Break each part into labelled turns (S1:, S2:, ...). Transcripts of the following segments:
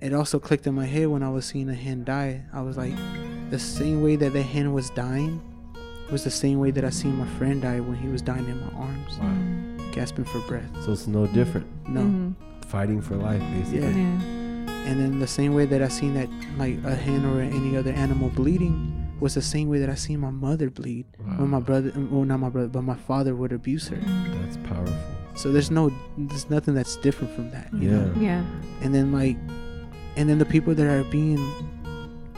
S1: it also clicked in my head when I was seeing a hen die. I was like, the same way that the hen was dying was the same way that I seen my friend die when he was dying in my arms,
S2: Mm.
S1: gasping for breath.
S3: So it's no different.
S1: No.
S2: Mhm.
S3: Fighting for life, basically.
S1: Mm. Yeah.
S2: Yeah.
S1: And then the same way that I seen that like a hen or any other animal bleeding was the same way that I seen my mother bleed when my brother, well not my brother, but my father would abuse her.
S3: That's powerful.
S1: So there's no, there's nothing that's different from that. you know?
S3: Yeah.
S2: Yeah.
S1: and then like and then the people that are being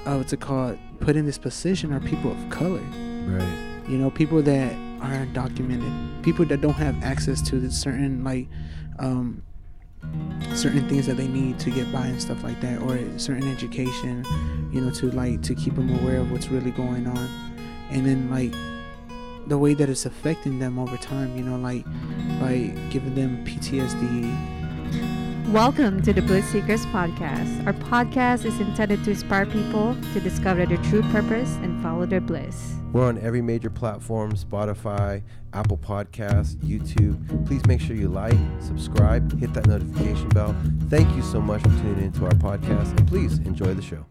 S1: uh, what's it called put in this position are people of color
S3: Right.
S1: you know people that are undocumented people that don't have access to the certain like um certain things that they need to get by and stuff like that or certain education you know to like to keep them aware of what's really going on and then like the way that it's affecting them over time you know like by giving them ptsd
S2: Welcome to the Bliss Seekers Podcast. Our podcast is intended to inspire people to discover their true purpose and follow their bliss.
S3: We're on every major platform Spotify, Apple Podcasts, YouTube. Please make sure you like, subscribe, hit that notification bell. Thank you so much for tuning into our podcast, and please enjoy the show.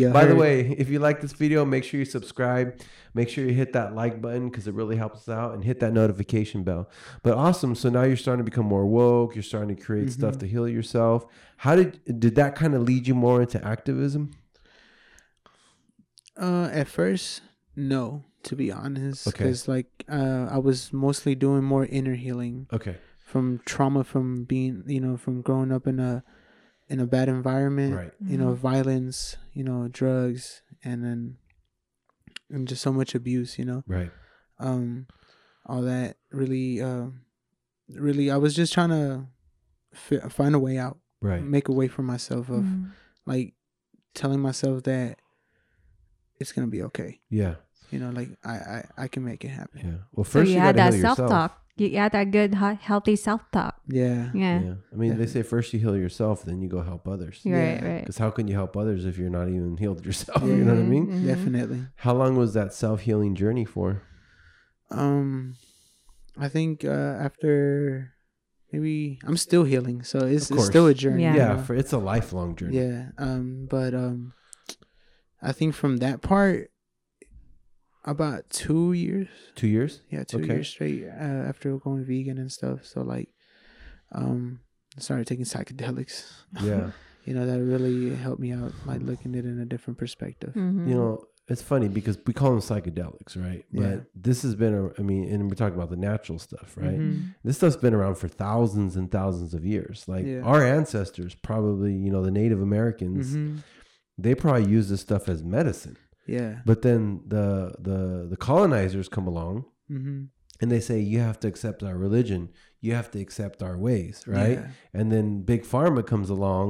S1: yeah
S3: By the way, if you like this video, make sure you subscribe. Make sure you hit that like button because it really helps us out and hit that notification bell. But awesome. So now you're starting to become more woke. You're starting to create stuff to heal yourself. How did did that kind of lead you more into activism?
S1: Uh, at first, no, to be honest,
S3: Okay.
S1: because like uh, I was mostly doing more inner healing
S3: Okay.
S1: from trauma from being, you know, from growing up in a in a bad environment,
S3: Right.
S1: you know, violence, you know, drugs, and then and just so much abuse, you know,
S3: Right.
S1: um, all that really, uh, really, I was just trying to fi- find a way out,
S3: Right.
S2: Mm.
S1: make a way for myself of
S2: Mm-hmm.
S1: like telling myself that it's gonna be okay
S3: Yeah.
S1: you know like i i, I can make it happen
S3: Yeah. Well,
S2: So
S3: first
S2: you
S3: you
S2: had
S3: gotta heal
S2: that
S3: yourself.
S2: self talk. You had that good, he- healthy self talk.
S1: yeah
S3: Yeah.
S2: Yeah.
S3: I mean, they say first you heal yourself, then you go help others.
S1: Yeah.
S2: Right, right.
S3: Because how can you help others if you're not even healed yourself? You know what I
S2: Mhm,
S3: mean?
S2: mhm.
S1: definitely
S3: How long was that self healing journey for?
S1: um i think uh after maybe i'm still healing so it's,
S3: Of
S1: it's still a
S3: course.
S1: journey
S2: Yeah.
S1: you
S3: Yeah.
S1: know?
S3: For, it's a lifelong journey.
S1: yeah um but um i think from that part about two years
S3: Two years.
S1: yeah two
S3: Okay.
S1: years straight uh, after going vegan and stuff so like um I started taking psychedelics
S3: Yeah.
S1: you know that really helped me out like looking at it in a different perspective
S2: Mhm.
S3: you know it's funny because we call them psychedelics right
S1: Mm. Yeah.
S3: but this has been a i mean and we're talking about the natural stuff right
S1: Mhm.
S3: this stuff's been around for thousands and thousands of years like
S1: Yeah.
S3: our ancestors probably you know the native americans
S1: Mhm.
S3: they probably used this stuff as medicine
S1: yeah
S3: but then the the the colonizers come along
S1: mm-hmm.
S3: and they say you have to accept our religion you have to accept our ways right
S1: Yeah.
S3: and then big pharma comes along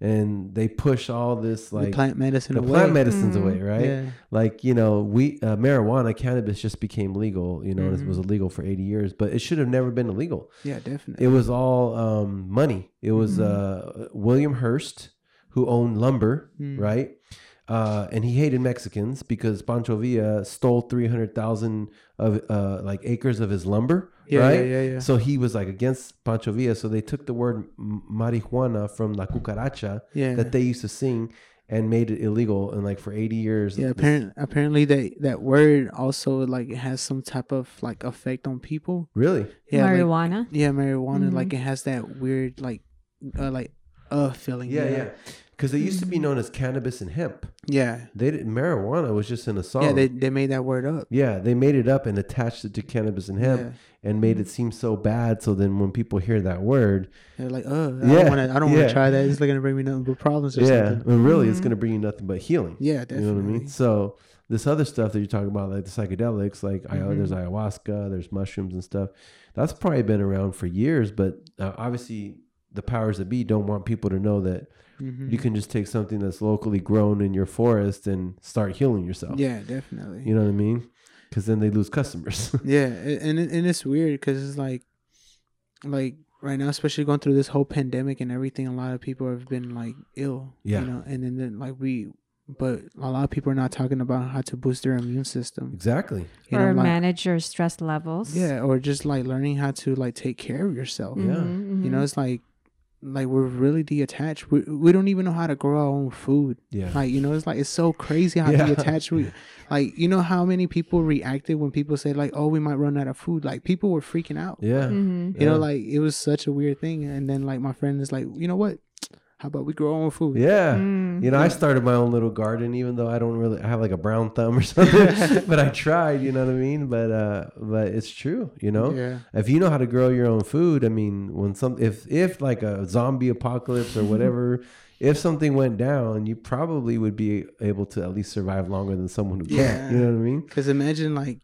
S3: and they push all this like
S1: the plant medicine
S3: the
S1: away.
S3: plant medicines
S2: Mhm.
S3: away right
S1: Mm-hmm. yeah
S3: like you know we uh, marijuana cannabis just became legal you know and it
S1: Mhm.
S3: was illegal for 80 years but it should have never been illegal
S1: yeah definitely
S3: it was all um, money it was
S1: Mm-hmm.
S3: uh, william hearst who owned lumber
S1: Mm.
S3: right uh, and he hated Mexicans because Pancho Villa stole three hundred thousand of uh, like acres of his lumber,
S1: yeah,
S3: right?
S1: yeah yeah yeah
S3: So he was like against Pancho Villa. So they took the word m- marijuana from La Cucaracha
S1: yeah
S3: that they used to sing and made it illegal. And like for eighty years,
S1: yeah
S3: this-
S1: apparently apparently that that word also like it has some type of like effect on people
S3: really,
S1: yeah like-
S2: Marijuana.
S1: yeah marijuana
S2: Mhm.
S1: like it has that weird like uh, like uh feeling
S3: Yeah,
S1: you know?
S3: yeah. Because they used to be known as cannabis and hemp.
S1: yeah
S3: They did, marijuana was just in a song.
S1: yeah they, they made that word up
S3: Yeah, they made it up and attached it to cannabis and hemp
S1: Yeah.
S3: and
S1: Mm-hmm.
S3: made it seem so bad. So then when people hear that word,
S1: they're like oh i
S3: Yeah,
S1: don't want to i don't want
S3: yeah.
S1: to try that it's not gonna bring me nothing but problems or
S3: yeah,
S1: something
S3: well, really, it's
S2: Mhm.
S3: going to bring you nothing but healing.
S1: yeah definitely
S3: You know what I mean? So this other stuff that you're talking about, like the psychedelics, like ayahu-
S1: Mhm.
S3: there's ayahuasca, there's mushrooms and stuff. That's probably been around for years, but uh, obviously the powers that be don't want people to know that
S1: Mhm.
S3: you can just take something that's locally grown in your forest and start healing yourself.
S1: yeah definitely
S3: You know what I mean? Because then they lose customers.
S1: Yeah, a- and it- and it's weird because it's like, like right now, especially going through this whole pandemic and everything, a lot of people have been like ill.
S3: Yeah.
S1: You know, and then, then like we, but a lot of people are not talking about how to boost their immune system.
S3: exactly.
S1: You
S2: or
S1: know, like,
S2: manage your stress levels. Mm-hmm.
S1: yeah, or just like learning how to like take care of yourself.
S3: Yeah.
S1: You know, it's like like we're really detached. We we don't even know how to grow our own food.
S3: Yeah.
S1: Like you know, it's like it's so crazy how
S3: Yeah.
S1: detached we. Like you know how many people reacted when people said like, "Oh, we might run out of food." Like people were freaking out.
S3: Yeah.
S2: hmm
S1: You
S3: Yeah.
S1: know, like it was such a weird thing. And then like my friend is like, you know what? How about we grow our own food?
S3: Yeah.
S2: Mm.
S3: You know, I started my own little garden, even though I don't really I have like a brown thumb or something. but I tried, you know what I mean? But uh but it's true, you know?
S1: Yeah.
S3: If you know how to grow your own food, I mean when some if if like a zombie apocalypse or whatever, if something went down, you probably would be able to at least survive longer than someone who
S1: Yeah.
S3: can't. You know what I mean?
S1: Because imagine like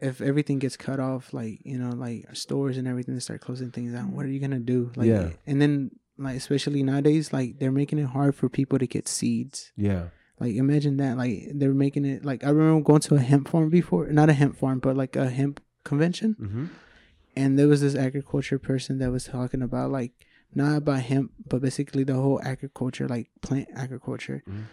S1: if everything gets cut off, like you know, like stores and everything they start closing things down. What are you gonna do? Like,
S3: Yeah.
S1: And then like especially nowadays, like they're making it hard for people to get seeds.
S3: Yeah.
S1: Like imagine that. Like they're making it like I remember going to a hemp farm before, not a hemp farm, but like a hemp convention,
S3: Mm-hmm.
S1: and there was this agriculture person that was talking about like not about hemp, but basically the whole agriculture, like plant agriculture,
S3: Mhm.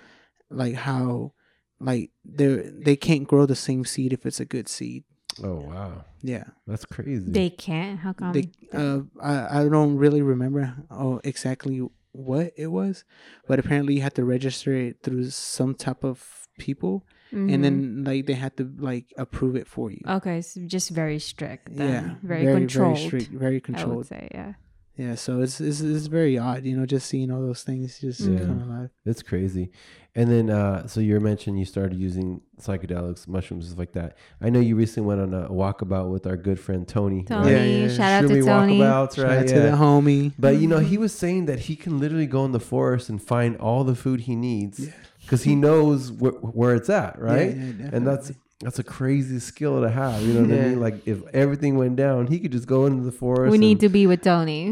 S1: like how like they they can't grow the same seed if it's a good seed.
S3: Oh wow.
S1: Yeah.
S3: That's crazy.
S2: They can't. How come?
S1: They, uh, I, I don't really remember oh, exactly what it was, but apparently you had to register it through some type of people,
S2: Mhm.
S1: and then like they had to like approve it for you.
S2: Mm-hmm. okay, so just very strict. Then.
S1: yeah,
S2: Oh, very, controlled.
S1: very strict, very
S2: I would
S1: controlled.
S2: say, yeah.
S1: Yeah, so it's, it's it's very odd, you know, just seeing all those things just
S3: Yeah.
S1: come alive.
S3: That's crazy. And then, uh, so you were mentioning you started using psychedelics, mushrooms, stuff like that. I know you recently went on a walkabout with our good friend Tony.
S2: Tony,
S1: Yeah, yeah, yeah.
S2: shout out to
S3: Shroomy
S2: Tony.
S3: walkabouts,
S1: Shout out
S3: right?
S1: to the
S3: Yeah.
S1: homie.
S3: But you know, he was saying that he can literally go in the forest and find all the food he needs
S1: Yeah.
S3: because he knows wh- where it's at, right?
S1: Yeah, yeah,
S3: and that's
S1: definitely.
S3: that's a crazy skill to have. You know what I
S1: Yeah.
S3: mean? Like if everything went down, he could just go into the forest.
S2: We need
S3: and-
S2: to be with Tony.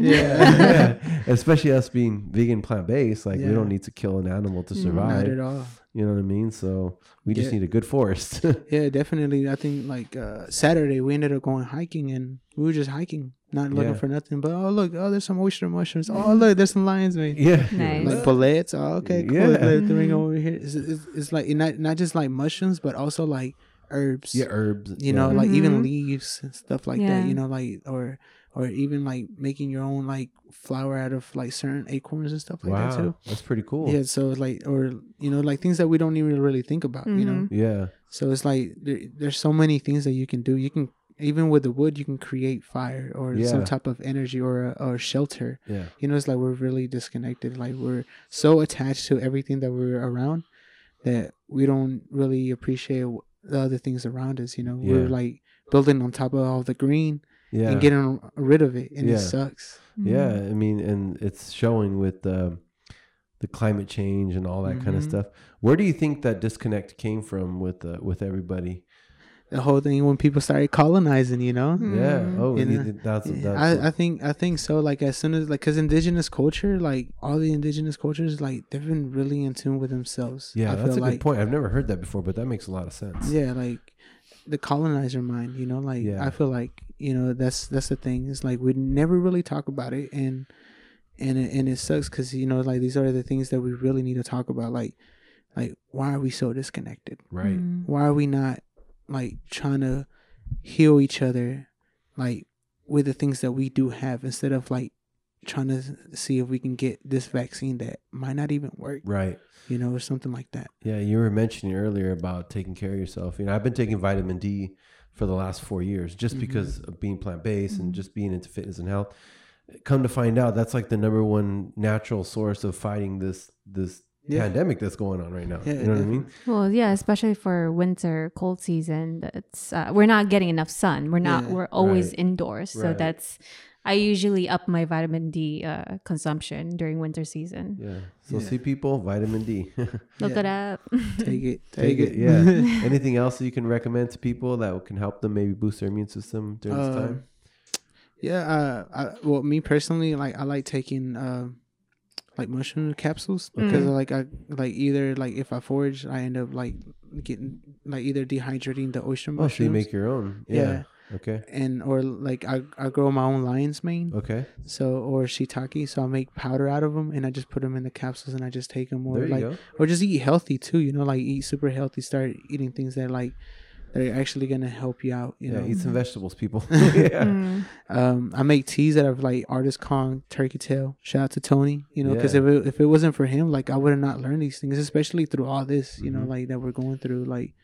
S1: yeah,
S3: yeah, especially us being vegan plant based, like we
S1: Yeah.
S3: don't need to kill an animal
S2: Mm-hmm.
S3: to survive.
S1: not at all.
S3: You know what I mean? So we just
S1: Yeah.
S3: need a good forest.
S1: Yeah, definitely. I think like uh, Saturday we ended up going hiking and we were just hiking, not looking
S3: Yeah.
S1: for nothing. But oh look, oh there's some oyster mushrooms. Oh look, there's some lions, man.
S3: yeah.
S2: Nice.
S1: Like bullets. Oh okay, cool.
S3: Yeah.
S1: Let it ring over here. It's, it's, it's like not not just like mushrooms, but also like herbs.
S3: Yeah, herbs.
S1: You know,
S3: yeah.
S1: like
S2: Mhm.
S1: even leaves and stuff like
S2: Yeah.
S1: that. You know, like or or even like making your own like flour out of like certain acorns and stuff like
S3: wow,
S1: that too.
S3: that's pretty cool.
S1: Yeah, so it's like or you know like things that we don't even really think about. You know.
S2: Mhm.
S3: Yeah.
S1: So it's like there, there's so many things that you can do. You can even with the wood, you can create fire or
S3: Yeah.
S1: some type of energy or a, or shelter.
S3: Yeah.
S1: You know, it's like we're really disconnected. Like we're so attached to everything that we're around that we don't really appreciate w- the other things around us. You know,
S3: Yeah.
S1: we're like building on top of all the green
S3: Yeah.
S1: and getting rid of it, and
S3: Yeah.
S1: it sucks.
S2: Mm.
S3: yeah. I mean, and it's showing with uh, the climate change and all that kind of
S1: Mhm.
S3: stuff. Where do you think that disconnect came from with uh, with everybody?
S1: The whole thing when people started colonizing, you know,
S3: Yeah. Oh,
S1: You
S3: you
S1: know,
S3: think that's, that's
S1: Yeah, I, I think I think so. Like as soon as like because indigenous culture, like all the indigenous cultures, like they've been really in tune with themselves.
S3: yeah,
S1: I
S3: that's a good
S1: like,
S3: point. I've never heard that before, but that makes a lot of sense.
S1: Yeah, like the colonizer mind. You know, like
S3: Yeah.
S1: I feel like you know that's that's the thing. It's like we never really talk about it, and and it, and it sucks because you know like these are the things that we really need to talk about. Like like why are we so disconnected?
S3: Right.
S2: Mm-hmm. Mm.
S1: why are we not like trying to heal each other like with the things that we do have instead of like trying to see if we can get this vaccine that might not even work
S3: Right.
S1: you know or something like that
S3: Yeah, you were mentioning earlier about taking care of yourself. You know, I've been taking vitamin D for the last four years just
S1: Mhm.
S3: because of being plant based and
S1: Mm-hmm.
S2: Mhm.
S3: just being into fitness and health. Come to find out, that's like the number one natural source of fighting this this
S1: Yeah.
S3: pandemic that's going on right now.
S1: Yeah,
S3: you know what I mean?
S2: Well, yeah, especially for winter, cold season. That's uh, we're not getting enough sun. We're not.
S1: Yeah.
S2: We're always
S3: Right.
S2: indoors, so
S3: Right.
S2: that's. I usually up my vitamin D uh, consumption during winter season.
S3: Yeah. So
S1: Yeah.
S3: see people, vitamin D.
S2: Look
S1: Yeah.
S2: it up.
S1: take it take,
S3: Take it. Yeah. Anything else that you can recommend to people that can help them maybe boost their immune system during this
S1: Uh,
S3: time?
S1: yeah uh I, well me personally like i like taking um like mushroom capsules because
S2: Mhm.
S1: like i like either like if i forage i end up like getting like either dehydrating the oyster
S3: Oh, so
S1: mushrooms
S3: you make your own. Yeah.
S1: Yeah.
S3: Okay.
S1: and or like I, I grow my own lion's mane
S3: Okay.
S1: so or shiitake so i make powder out of them and i just put them in the capsules and i just take them or
S3: There you
S1: like
S3: go.
S1: or just eat healthy too you know like eat super healthy start eating things that like that are actually gonna help you out. You
S3: yeah,
S1: know, mm-hmm.
S3: eat some vegetables, people. yeah.
S2: Mm.
S1: um, I make teas out of like artist Kong turkey tail. Shout out to Tony, you know, because
S3: Yeah.
S1: if it, if it wasn't for him, like I would have not learned these things, especially through all this, you know,
S3: Mhm.
S1: like that we're going through, like,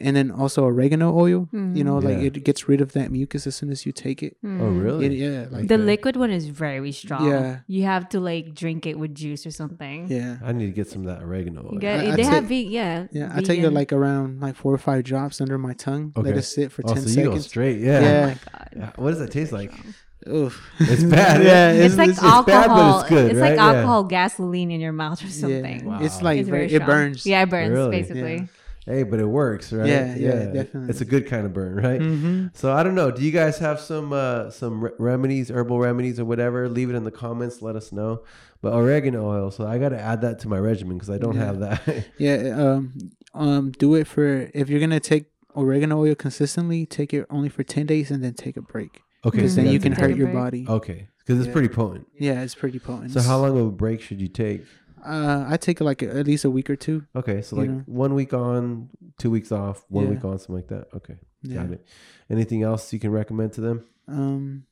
S1: and then also oregano oil. You know, like
S3: Yeah.
S1: it gets rid of that mucus as soon as you take it.
S3: Oh,
S2: Mm.
S1: It-
S3: really?
S1: yeah, like
S2: The
S3: Okay.
S2: liquid one is very strong.
S1: Yeah.
S2: You have to like drink it with juice or something.
S1: yeah.
S3: I need to get some of that oregano.
S2: You
S3: oil.
S2: get,
S1: I- I
S2: they
S1: take-
S2: have ve- yeah.
S1: Yeah, I take it
S2: vegan.
S1: like around like four or five drops under my tongue. Let
S3: Okay.
S1: it sit for
S3: oh,
S1: ten
S3: so you go
S1: seconds.
S3: straight.
S1: yeah.
S3: Yeah.
S2: Oh my god.
S3: Yeah, What does that taste like?
S1: Oof.
S3: It's bad.
S1: yeah,
S2: It's, like
S3: it's bad, but it's
S2: alcohol. It's,
S3: good, right?
S2: like
S3: Yeah.
S2: alcohol gasoline in your mouth or something.
S1: Yeah.
S3: Wow.
S1: It's like
S2: It's
S1: very,
S2: very
S1: it
S2: strong.
S1: burns.
S2: Yeah, it burns
S3: Really?
S2: basically.
S1: Yeah.
S3: Hey, but it works, right?
S1: Yeah, yeah, definitely.
S3: It's a good kind of burn, right?
S1: Mm-hmm.
S3: So I don't know. Do you guys have some uh, some re- remedies, herbal remedies, or whatever? Leave it in the comments. Let us know. But oregano oil. So I got to add that to my regimen because I don't
S1: Yeah.
S3: have that.
S1: Yeah. Um. Um. Do it for if you're gonna take oregano oil consistently. Take it only for ten days and then take a break
S3: okay,
S1: because
S3: so
S1: then
S3: that's
S1: you can
S3: a-
S2: Take
S1: hurt
S2: a
S1: your
S2: break.
S1: body.
S3: Okay, because it's
S1: Yeah.
S3: pretty potent.
S1: Yeah, it's pretty potent.
S3: So how long of a break should you take?
S1: Uh, I take like at least a week or two.
S3: Okay, so
S1: You
S3: like
S1: know.
S3: one week on, two weeks off, one
S1: Yeah.
S3: week on, something like that. Okay,
S1: Yeah.
S3: got it. Anything else you can recommend to them?
S1: Um.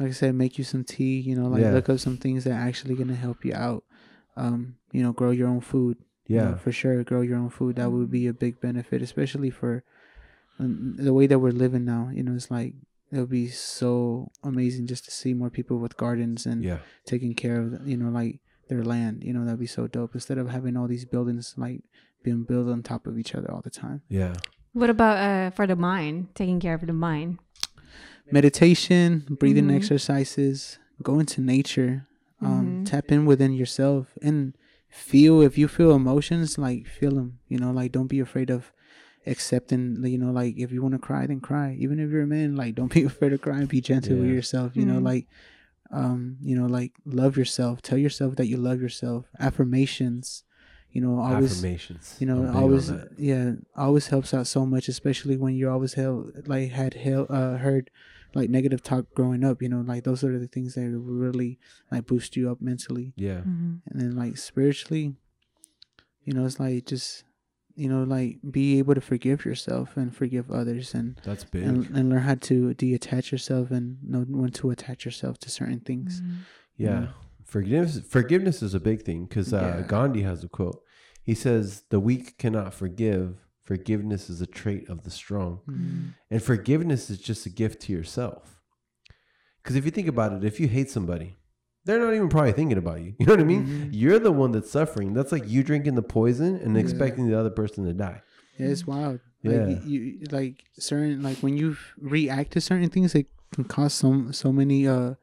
S1: Like I said, make you some tea. You know, like
S3: Yeah.
S1: look up some things that are actually gonna help you out. Um. You know, grow your own food. you know,
S3: Yeah,
S1: for sure grow your own food that would be a big benefit especially for um, the way that we're living now you know it's like it would be so amazing just to see more people with gardens and
S3: yeah,
S1: taking care of you know like their land you know that'd be so dope instead of having all these buildings like being built on top of each other all the time
S3: yeah.
S2: What about uh, for the mind? Taking care of the mind.
S1: meditation breathing
S2: Mhm.
S1: exercises go into nature um
S2: Mhm.
S1: tap in within yourself and feel if you feel emotions like feel them you know like don't be afraid of accepting you know like if you want to cry then cry even if you're a man like don't be afraid of crying be gentle with
S3: Yeah.
S1: yourself you know
S2: Mhm.
S1: like um you know like love yourself tell yourself that you love yourself affirmations you know always
S3: Affirmations.
S1: you
S3: I'm
S1: know
S3: big on
S1: always
S3: that.
S1: yeah always helps out so much especially when you always held like had held, uh, heard like negative talk growing up you know like those are the things that really like boost you up mentally
S3: Yeah,
S2: Mm-hmm.
S1: and then like spiritually you know it's like just you know like be able to forgive yourself and forgive others and
S3: that's big.
S1: and, and learn how to detach yourself and know when to attach yourself to certain things
S3: Yeah.
S1: Mm.
S3: Forgiveness forgiveness is a big thing because uh,
S1: Yeah.
S3: Gandhi has a quote. He says, "The weak cannot forgive. Forgiveness is a trait of the strong."
S1: Mhm.
S3: And forgiveness is just a gift to yourself. Cuz if you think about it, if you hate somebody, they're not even probably thinking about you. You know what I mean?
S1: Mhm.
S3: You're the one that's suffering. That's like you drinking the poison and
S1: Yeah.
S3: expecting the other person to die.
S1: Yeah, it's wild. Like,
S3: Mm. Yeah.
S1: you, you- like certain like when you react to certain things, it can cause so so many uh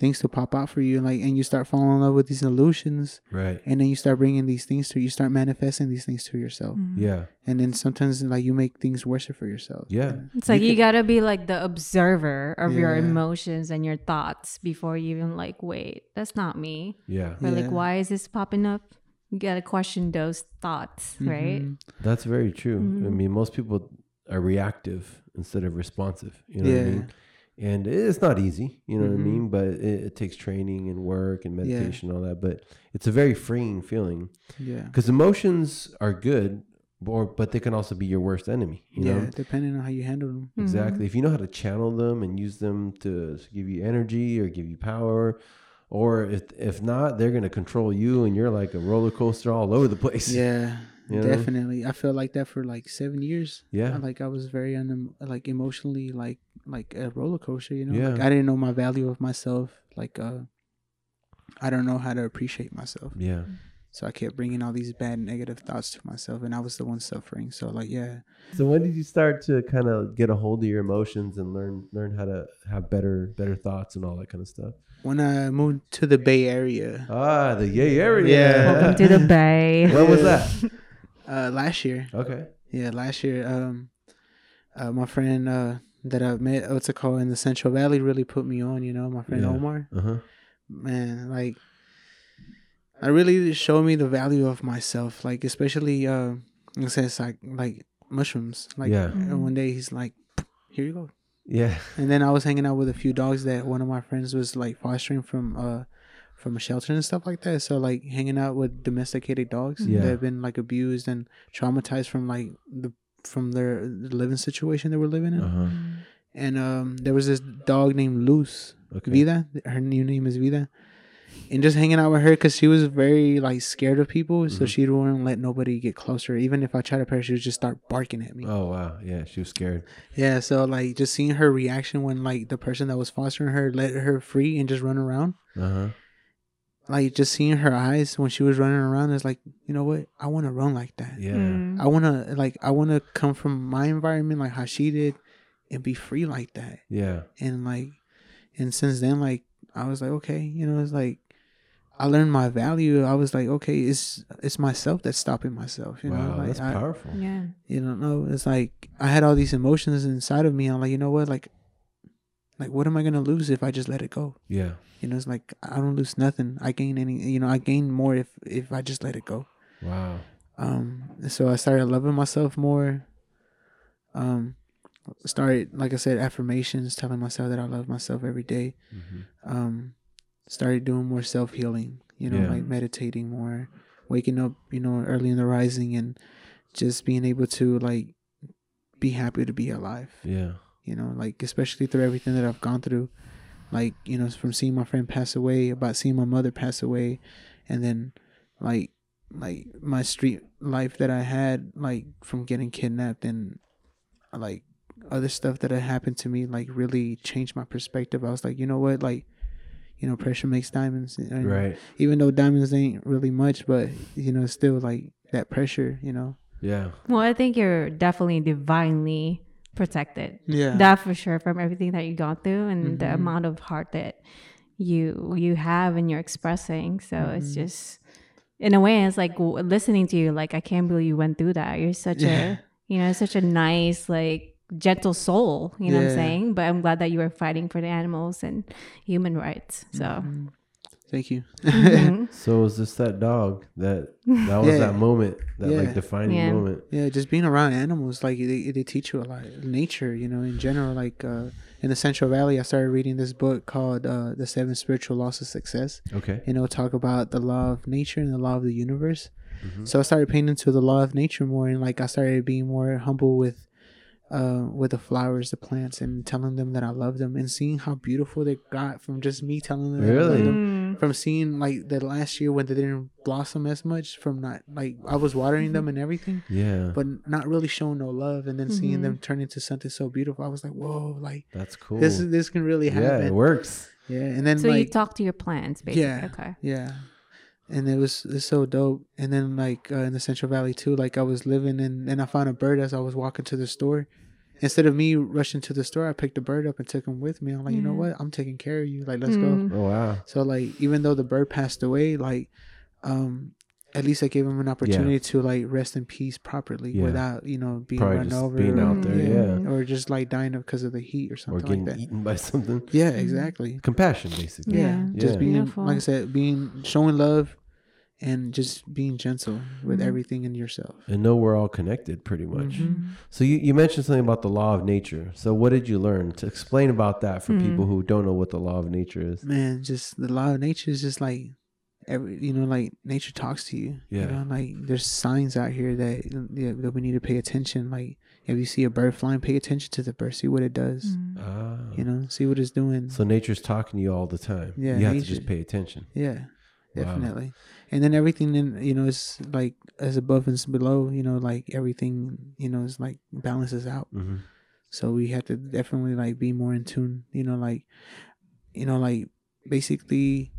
S1: things to pop out for you. Like and you start falling in love with these illusions,
S3: Right.
S1: and then you start bringing these things to you start manifesting these things to yourself,
S3: Yeah.
S1: and then sometimes like you make things worse for yourself.
S3: Yeah.
S2: It's like
S3: You
S2: you,
S3: can-
S2: gotta be like the observer of your
S1: Yeah.
S2: emotions and your thoughts before you even like, wait, that's not me.
S3: Yeah.
S2: Or
S1: Yeah.
S2: like, why is this popping up? You gotta question those thoughts, right?
S1: Mhm.
S3: That's very true. I
S1: Mm-hmm.
S2: Mhm.
S3: mean, most people are reactive instead of responsive. You know what I
S1: Yeah.
S3: mean? And it's not easy, you know what
S1: Mhm.
S3: I mean? But it, it takes training and work and
S1: Yeah.
S3: meditation and all that. But it's a very freeing feeling
S1: Yeah.
S3: because emotions are good, or but they can also be your worst enemy. You
S1: yeah. Mm-hmm.
S3: know
S1: Depending on how you handle them.
S2: Mhm.
S3: exactly. If you know how to channel them and use them to give you energy or give you power, or if if not, they're gonna control you and you're like a roller coaster all over the place.
S1: Yeah.
S3: You know?
S1: Definitely. I felt like that for like seven years.
S3: Yeah.
S1: like I was very un- like emotionally like like a roller coaster, you know. Like
S3: Yeah.
S1: I didn't know my value of myself. Like uh, I don't know how to appreciate myself.
S3: Yeah.
S1: So I kept bringing all these bad negative thoughts to myself, and I was the one suffering. So like yeah,
S3: So when did you start to kind of get a hold of your emotions and learn learn how to have better better thoughts and all that kind of stuff?
S1: when I moved to the Bay Area
S3: Ah, the yay area.
S1: Yeah.
S2: Welcome to the bay.
S3: When was that?
S1: uh, last year,
S3: Okay.
S1: yeah, last year, um, uh, my friend uh that I met Otako in the Central Valley really put me on. You know, my friend
S3: Yeah.
S1: Omar.
S3: Uh huh.
S1: man like i really showed me the value of myself like especially uh it says like like mushrooms like
S3: Yeah.
S1: and one day he's like here you go
S3: Yeah.
S1: and then i was hanging out with a few dogs that one of my friends was like fostering from uh from a shelter and stuff like that so like hanging out with domesticated dogs
S3: Yeah.
S1: that have been like abused and traumatized from like the from their living situation they were living in.
S3: Uh huh.
S2: Mm-hmm.
S1: And um, there was this dog named Luz,
S3: Okay.
S1: Vida. Her new name is Vida. And just hanging out with her because she was very like scared of people, so
S3: Mhm.
S1: she wouldn't let nobody get closer. Even if I tried to pet her, she would just start barking at me.
S3: Oh wow. Yeah, she was scared.
S1: Yeah, so like just seeing her reaction when like the person that was fostering her let her free and just run around,
S3: Uh huh.
S1: like just seeing her eyes when she was running around is like, you know what? I want to run like that.
S3: Yeah.
S2: Mm.
S1: I want to like I want to come from my environment like how she did and be free like that.
S3: Yeah.
S1: And like and since then like I was like, okay, you know, it's like I learned my value. I was like, okay, it's it's myself that's stopping myself, you
S3: wow,
S1: know? Like
S3: that's
S1: I,
S3: powerful.
S2: Yeah.
S1: you don't know it's like i had all these emotions inside of me i'm like you know what like like what am i gonna lose if i just let it go
S3: Yeah.
S1: you know it's like i don't lose nothing i gain any you know i gain more if if i just let it go
S3: Wow.
S1: um so i started loving myself more um started like i said affirmations telling myself that i love myself every day
S3: Mhm.
S1: um started doing more self-healing you know
S3: Yeah.
S1: like meditating more waking up you know early in the rising and just being able to like be happy to be alive
S3: Yeah.
S1: you know like especially through everything that i've gone through like you know from seeing my friend pass away about seeing my mother pass away and then like like my street life that i had like from getting kidnapped and like other stuff that had happened to me like really changed my perspective i was like you know what like you know pressure makes diamonds and
S3: Right.
S1: even though diamonds ain't really much but you know still like that pressure you know
S3: Yeah.
S2: Well, I think you're definitely divinely protected.
S1: yeah
S2: That for sure from everything that you got through and the
S1: Mhm.
S2: amount of heart that you you have and you're expressing. So it's
S1: Mhm.
S2: just in a way it's like w- listening to you like I can't believe you went through that. You're such
S1: Yeah.
S2: a you know, such a nice like gentle soul, you know
S1: Yeah.
S2: what I'm saying? But I'm glad that you were fighting for the animals and human rights. So
S1: Mhm. thank you
S2: mhm.
S3: So was this that dog that that was
S1: Yeah.
S3: that moment that like
S1: Yeah.
S3: defining
S2: Yeah.
S3: moment?
S1: Yeah, just being around animals, like they, they teach you a lot. Nature, you know, in general, like uh, in the Central Valley, I started reading this book called uh, The Seven Spiritual Laws of Success.
S3: Okay.
S1: And it'll talk about the law of nature and the law of the universe.
S3: Mhm.
S1: So I started paying into the law of nature more, and like I started being more humble with, uh, with the flowers, the plants, and telling them that I love them, and seeing how beautiful they got from just me telling them. that I love
S3: Really?
S1: them
S2: Mm.
S1: from seeing like the last year when they didn't blossom as much from not like I was watering them and everything
S3: Yeah.
S1: but not really showing no love and then
S2: Mhm.
S1: seeing them turn into something so beautiful i was like whoa like
S3: That's cool.
S1: this is this can really
S3: yeah, it
S1: happen
S3: works.
S1: yeah, and then
S2: So you
S1: like
S2: talk to your plants basically.
S1: Yeah.
S2: Okay.
S1: yeah and it was it's so dope and then like uh, in the central valley too like i was living in and i found a bird as i was walking to the store instead of me rushing to the store i picked the bird up and took him with me i'm like you know
S2: Yeah.
S1: what i'm taking care of you like let's go
S2: Mm.
S3: Oh wow.
S1: so like even though the bird passed away, like um at least I gave him an opportunity to like rest in peace properly
S3: Yeah.
S1: without, you know, being
S3: Probably
S1: run
S3: just
S1: over
S3: being
S1: or,
S3: out there,
S2: yeah.
S1: Or just like dying up because of the heat or
S3: Or
S1: something
S3: getting
S1: like that.
S3: eaten by something.
S1: Yeah,
S2: Mhm.
S1: exactly.
S3: Compassion, basically.
S1: Yeah.
S2: Yeah.
S1: Just
S3: Yeah.
S1: being
S2: Beautiful.
S1: like I said, being showing love and just being gentle with
S2: Mhm.
S1: everything in yourself.
S3: And know we're all connected pretty much.
S1: Mhm.
S3: So you, you mentioned something about the law of nature. So what did you learn? To explain about that for
S2: Mm.
S3: people who don't know what the law of nature is.
S1: Man, just the law of nature is just like every you know, like nature talks to you.
S3: Yeah.
S1: You know, like there's signs out here that yeah, that we need to pay attention. Like if you see a bird flying, pay attention to the bird, see what it does.
S2: Mm.
S3: Ah.
S1: you know see what it's doing
S3: So nature's talking to you all the time.
S1: Yeah,
S3: You have to
S1: nature.
S3: just pay attention.
S1: yeah
S3: Wow.
S1: definitely and then everything in you know is like as above and as below you know like everything you know is like balances out
S3: hmm
S1: so we have to definitely like be more in tune you know like you know like basically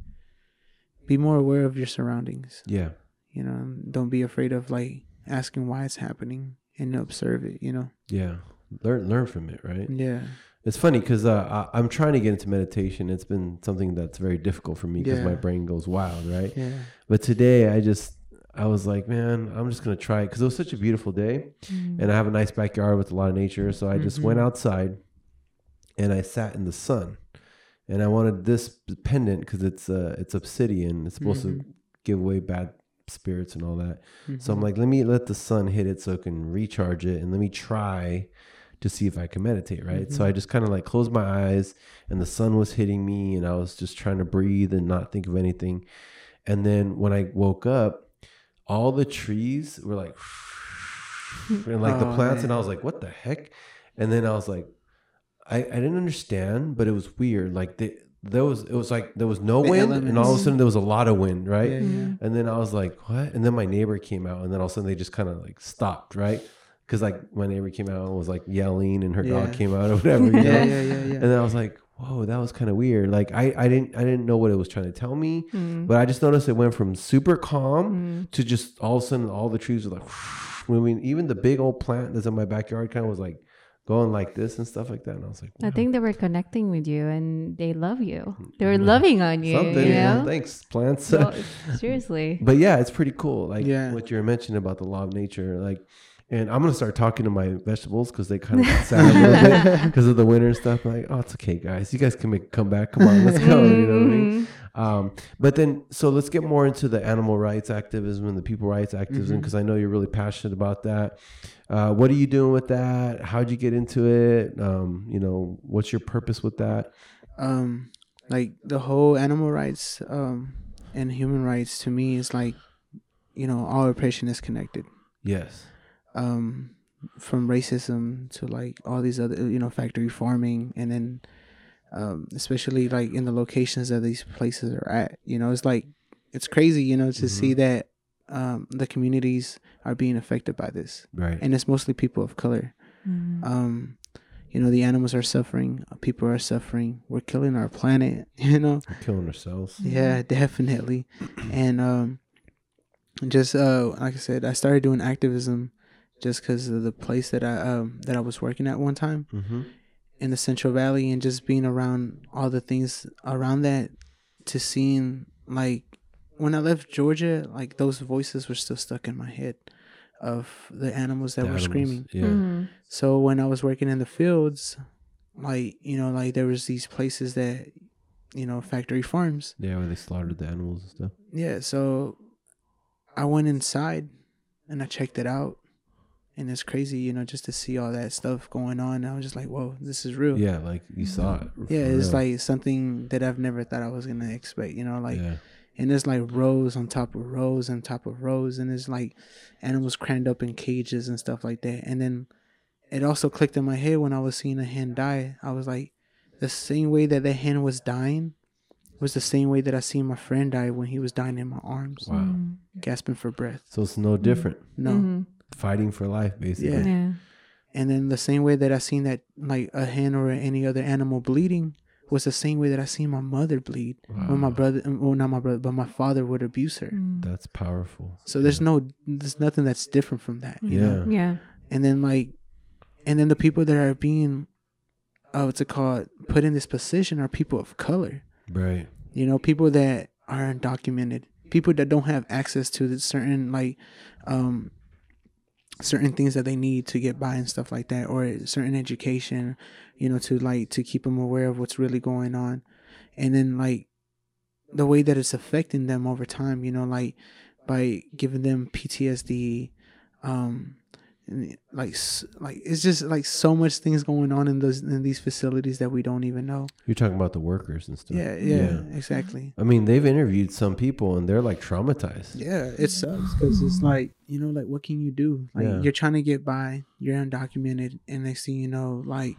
S1: be more aware of your surroundings
S3: Yeah.
S1: you know and don't be afraid of like asking why it's happening and observe it you know
S3: Yeah. Learn learn from it, right?
S1: yeah
S3: It's funny because uh, I- I'm trying to get into meditation. It's been something that's very difficult for me because
S1: Yeah.
S3: my brain goes wild, right?
S1: yeah
S3: But today I just I was like, man, I'm just gonna try it because it was such a beautiful day,
S2: Mm-hmm.
S3: and I have a nice backyard with a lot of nature. So I just
S1: Mm-hmm.
S3: went outside, and I sat in the sun, and I wanted this pendant because it's uh it's obsidian. It's supposed
S1: Mm-hmm.
S3: to give away bad spirits and all that. So I'm like, let me let the sun hit it so I can recharge it and let me try to see if I can meditate, right?
S1: Mm-hmm.
S3: So I just kind of like closed my eyes and the sun was hitting me and I was just trying to breathe and not think of anything. And then when I woke up, all the trees were like and like the
S1: Oh,
S3: plants, and I
S1: man.
S3: was like, what the heck? And then I was like, I, I didn't understand, but it was weird. Like the, there was it was like there was no
S1: The
S3: wind, and all of a
S1: elements.
S3: sudden there was a lot of wind, right?
S1: Yeah,
S2: Mhm.
S3: And then I was like, what? And then my neighbor came out, and then all of a sudden they just kind of like stopped, right? Because like my neighbor came out and was like yelling, and her dog
S1: Yeah.
S3: came out or whatever. You know?
S1: yeah, yeah, yeah, yeah. yeah.
S3: And then I was like, whoa, that was kind of weird. Like I, I didn't I didn't know what it was trying to tell me,
S2: Mm.
S3: but I just noticed it went from super calm
S2: Mm.
S3: to just all of a sudden all the trees were like moving. Even the big old plant that's in my backyard kind of was like going like this and stuff like that. And I was like,
S2: I
S3: wow,
S2: think they were connecting with you and they love you. They were
S3: Yeah.
S1: Mm-hmm.
S2: loving on you.
S3: something.
S2: You
S3: yeah,
S2: know?
S3: Thanks, plants.
S2: Well, seriously.
S3: but yeah, it's pretty cool. Like
S1: Yeah.
S3: what you were mentioning about the law of nature, like. And I'm gonna start talking to my vegetables because they kind of got sad a little bit because of the winter and stuff. like, oh, it's okay, guys. You guys can make a comeback. Come on, let's go. You know what I mean?
S2: Mm.
S1: Mm-hmm.
S3: Um, but then, so let's get more into the animal rights activism and the people rights activism
S1: Mm-hmm.
S3: because I know you're really passionate about that. Uh, what are you doing with that? How'd you get into it? Um, you know, what's your purpose with that?
S1: um like the whole animal rights um and human rights to me is like you know all oppression is connected
S3: Yes.
S1: um from racism to like all these other you know factory farming and then um especially like in the locations that these places are at you know it's like it's crazy you know to see that um the communities are being affected by this
S3: Right.
S1: and it's mostly people of color
S2: Mm.
S1: um you know the animals are suffering people are suffering we're killing our planet you know
S3: We're killing ourselves.
S1: yeah definitely and um just uh like i said i started doing activism just because of the place that i um that i was working at one time
S3: Mm-hmm.
S1: in the central valley and just being around all the things around that to seeing like when i left georgia like those voices were still stuck in my head of the animals that were screaming
S3: Yeah.
S2: Mm.
S1: so when I was working in the fields, like you know, like there was these places that, you know, factory farms.
S3: Yeah, where they slaughtered the animals and stuff.
S1: Yeah. So I went inside and I checked it out, and it's crazy, you know, just to see all that stuff going on. I was just like, whoa, this is real.
S3: Yeah, like you saw it.
S1: Yeah,
S3: for
S1: it's
S3: real.
S1: like something that I've never thought I was gonna expect, you know, like
S3: yeah.
S1: and it's like rows on top of rows on top of rows and it's like animals crammed up in cages and stuff like that and then it also clicked in my head when i was seeing a hen die i was like the same way that that hen was dying was the same way that i seen my friend die when he was dying in my arms
S3: Wow.
S2: Mm.
S1: gasping for breath
S3: So it's no different.
S1: no
S2: Mhm.
S3: Fighting for life, basically.
S1: Yeah.
S2: Yeah.
S1: and then the same way that i seen that like a hen or any other animal bleeding was the same way that i seen my mother bleed when my
S3: Wow.
S1: brother um, well not my brother but my father would abuse her
S2: Mm.
S3: That's powerful.
S1: So there's no, there's nothing that's different from that. You Know?
S3: Yeah.
S2: Yeah.
S1: And then like, and then the people that are being, uh, what's it called, put in this position are people of color.
S3: Right.
S1: You know, people that are undocumented, people that don't have access to the certain like, um, certain things that they need to get by and stuff like that, or certain education, you know, to like to keep them aware of what's really going on, and then like the way that it's affecting them over time, you know, like by giving them PTSD, um, and, like s- like it's just like so much things going on in those in these facilities that we don't even know.
S3: You're talking about the workers and stuff.
S1: Yeah, yeah, exactly.
S3: I mean, they've interviewed some people and they're like traumatized.
S1: Yeah, it sucks because it's like you know, like what can you do? Like
S3: Yeah.
S1: you're trying to get by, you're undocumented, and next thing you know, like,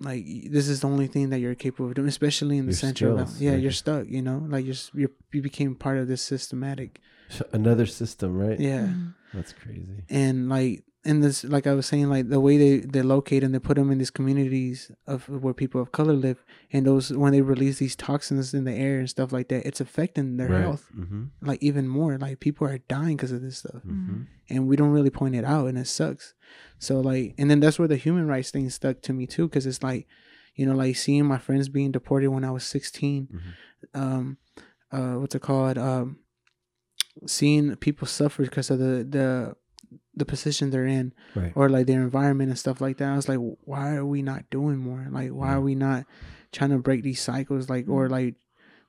S1: like y- this is the only thing that you're capable of doing, especially in the
S3: Your
S1: central.
S3: skills,
S1: yeah,
S3: yeah.
S1: you're stuck. You know, like you're, s- you're you became part of this systematic.
S3: Another system, right?
S1: Yeah,
S2: Mm.
S3: That's crazy.
S1: and like in this, like I was saying, like the way they they locate and they put them in these communities of where people of color live, and those when they release these toxins in the air and stuff like that, it's affecting their health
S3: Mm-hmm.
S1: like even more. Like people are dying because of this stuff.
S3: Mm-hmm.
S1: and we don't really point it out and it sucks so like and then that's where the human rights thing stuck to me too because it's like you know like seeing my friends being deported when i was 16
S3: Mm-hmm.
S1: um uh what's it called um seeing people suffer because of the the the position they're in
S3: Right.
S1: Mm-hmm. or like their environment and stuff like that i was like why are we not doing more like why
S3: Mm-hmm.
S1: are we not trying to break these cycles like or like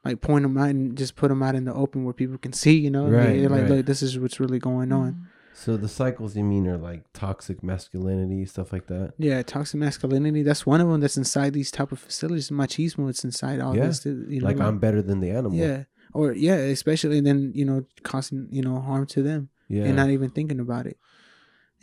S1: like point them out and just put them out in the open where people can see you know Like,
S3: Right,
S1: they're like
S3: right.
S1: look this is what's really going on
S3: So the cycles you mean are like toxic masculinity, stuff like that.
S1: Yeah, toxic masculinity. That's one of them. That's inside these type of facilities. Machismo. It's inside all
S3: Yeah.
S1: this. You know,
S3: Like I'm better than the animal.
S1: Yeah, or yeah, especially then you know causing you know harm to them
S3: Yeah.
S1: and not even thinking about it.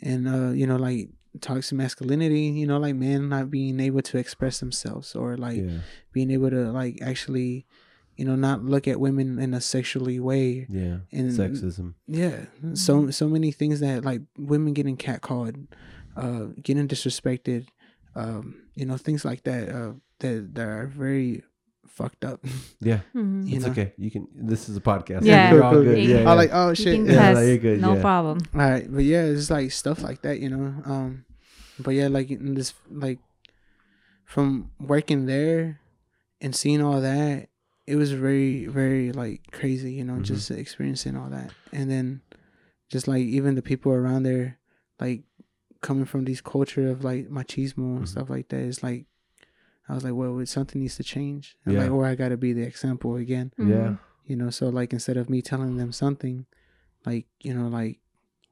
S1: and uh, you know, like toxic masculinity, you know, like men not being able to express themselves or like
S3: yeah,
S1: being able to like actually, you know, not look at women in a sexually way.
S3: yeah.
S1: And
S3: Sexism.
S1: yeah, so so many things that like women getting catcalled, uh, getting disrespected, um, you know, things like that uh, that that are very fucked up.
S3: Yeah,
S2: Mhm.
S1: You
S3: it's
S1: know?
S3: okay. You can. This is a podcast.
S2: Yeah.
S3: you're all good.
S2: Yeah.
S3: Yeah, yeah.
S1: I like oh
S2: You
S1: shit.
S2: can
S1: Yeah.
S3: Yeah,
S2: cuss,
S3: you're good,
S2: no
S3: yeah.
S2: problem.
S1: All right, but yeah, it's like stuff like that, you know. Um, but yeah, like in this, like from working there and seeing all that, it was very, very like crazy, you know,
S3: Mhm.
S1: just experiencing all that, and then just like even the people around there, like coming from these culture of like machismo
S3: Mhm.
S1: and stuff like that. It's like I was like, well, something needs to change, and
S3: Yeah.
S1: like, or I got to be the example again
S3: yeah.
S2: Mm-hmm.
S1: you know so like instead of me telling them something like you know like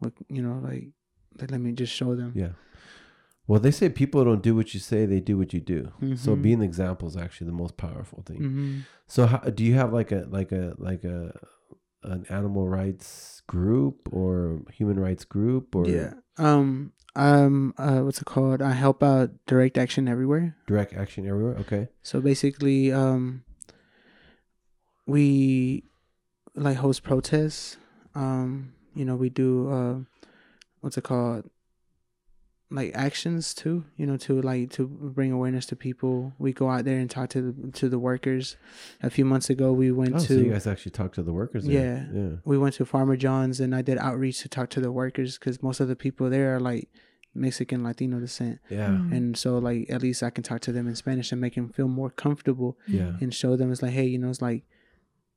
S1: look you know like, like let me just show them
S3: Yeah. Well, they say people don't do what you say; they do what you do. So
S1: Mhm.
S3: being the example is actually the most powerful thing.
S1: hmm
S3: So, how, do you have like a like a like a an animal rights group or human rights group or
S1: yeah um um uh what's it called i help out direct action everywhere
S3: direct action everywhere? Okay.
S1: so basically um we like host protests um you know we do uh what's it called like actions too you know to like to bring awareness to people we go out there and talk to the to the workers a few months ago we went
S3: Oh,
S1: to
S3: so you guys actually talk to the workers? There. Yeah.
S1: we went to Farmer John's and I did outreach to talk to the workers because most of the people there are like Mexican Latino descent,
S3: Yeah. Yeah.
S2: Mhm.
S1: and so like at least I can talk to them in Spanish and make them feel more comfortable
S3: Yeah.
S2: Mm-hmm.
S1: and show them it's like hey you know it's like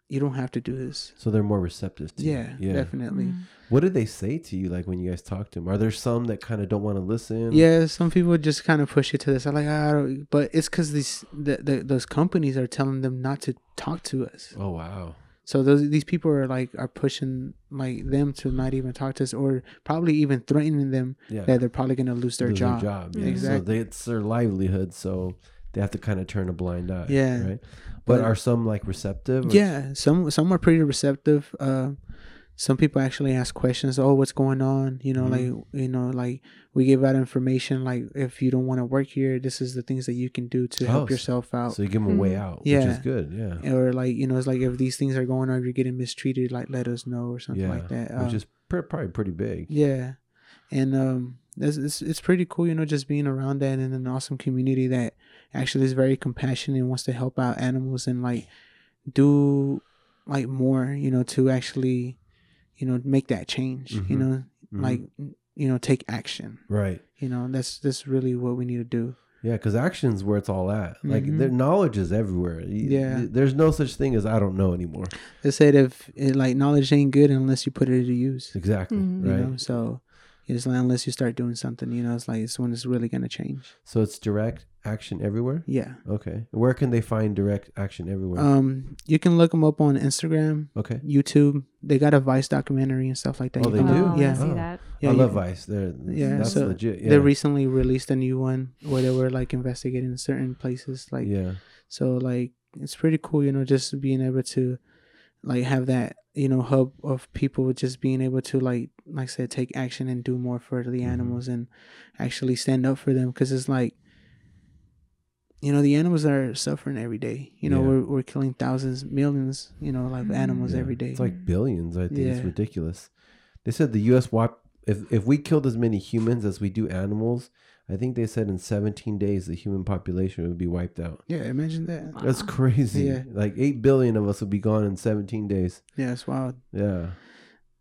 S1: you don't have to do this.
S3: So they're more receptive to you.
S1: Yeah,
S3: Yeah.
S1: definitely.
S2: Mhm.
S3: What did they say to you like when you guys talk to them? Are there some that kind of don't want to listen?
S1: Yeah, some people just kind of push it to this. I like, I don't, but it's because these the, the, those companies are telling them not to talk to us.
S3: Oh wow.
S1: So those these people are like are pushing like them to not even talk to us, or probably even threatening them
S3: Yeah.
S1: that they're probably gonna lose their
S3: lose
S1: job.
S3: Yeah. So
S1: Exactly.
S3: they, it's their livelihood, so they have to kind of turn a blind eye.
S1: Yeah.
S3: Right. But,
S1: But-
S3: are some like receptive? or-
S1: Yeah, some some are pretty receptive. Uh, some people actually ask questions. Oh, what's going on? You know,
S3: Mhm.
S1: like you know, like we give out information. Like if you don't want to work here, this is the things that you can do to
S3: Oh,
S1: help
S3: so-
S1: yourself out.
S3: So you give them a way
S2: Mhm.
S3: out, which is
S1: Hmm. Yeah.
S3: good. Yeah.
S1: or like you know, it's like if these things are going on, you're getting mistreated. Like let us know or something like that.
S3: which
S1: Um,
S3: is pr- probably pretty big.
S1: yeah, and um, that's, it's it's pretty cool. You know, just being around that and an awesome community that actually is very compassionate and wants to help out animals and like do like more. You know, to actually, you know, make that change. You
S3: Mhm.
S1: know,
S3: Mhm.
S1: like you know, take action.
S3: right,
S1: You know, that's that's really what we need to do.
S3: yeah, because action's where it's all at. Like
S1: Mhm.
S3: their knowledge is everywhere. You-
S1: Yeah.
S3: th- there's no such thing as I don't know anymore.
S1: They said if it, like knowledge ain't good unless you put it to use.
S3: Exactly,
S2: Mhm.
S1: Mm-hmm, you
S3: right.
S1: know so it's like unless you start doing something you know it's like it's when it's really gonna change
S3: So it's direct action everywhere.
S1: yeah
S3: Okay, where can they find direct action everywhere?
S1: um you can look them up on instagram
S3: okay,
S1: youtube they got a vice documentary and stuff like that
S3: Oh,
S1: you
S3: they
S1: can
S3: do?
S1: look-
S2: Oh, I
S1: yeah,
S2: see
S3: Oh.
S2: that.
S1: yeah
S3: I
S1: you
S3: love
S1: can-
S3: Vice. They're,
S1: Yeah,
S3: that's
S1: so
S3: legit. Yeah.
S1: they recently released a new one where they were like investigating certain places like
S3: yeah,
S1: so like it's pretty cool you know just being able to like have that you know hub of people just being able to like like i said take action and do more for the
S3: Mhm.
S1: animals and actually stand up for them because it's like you know the animals are suffering every day you know
S3: Yeah. Mm-hmm.
S1: we're, we're killing thousands millions you know like
S2: Mhm.
S1: animals
S3: yeah.
S1: every day
S3: It's like billions. I think it's
S1: Yeah.
S3: ridiculous. They said the U.S. wiped. If, if we killed as many humans as we do animals, I think they said in 17 days the human population would be wiped out.
S1: yeah imagine that
S3: That's
S2: Wow.
S3: crazy.
S1: Yeah.
S3: Like eight billion of us will be gone in seventeen days.
S1: yeah it's wild
S3: Yeah.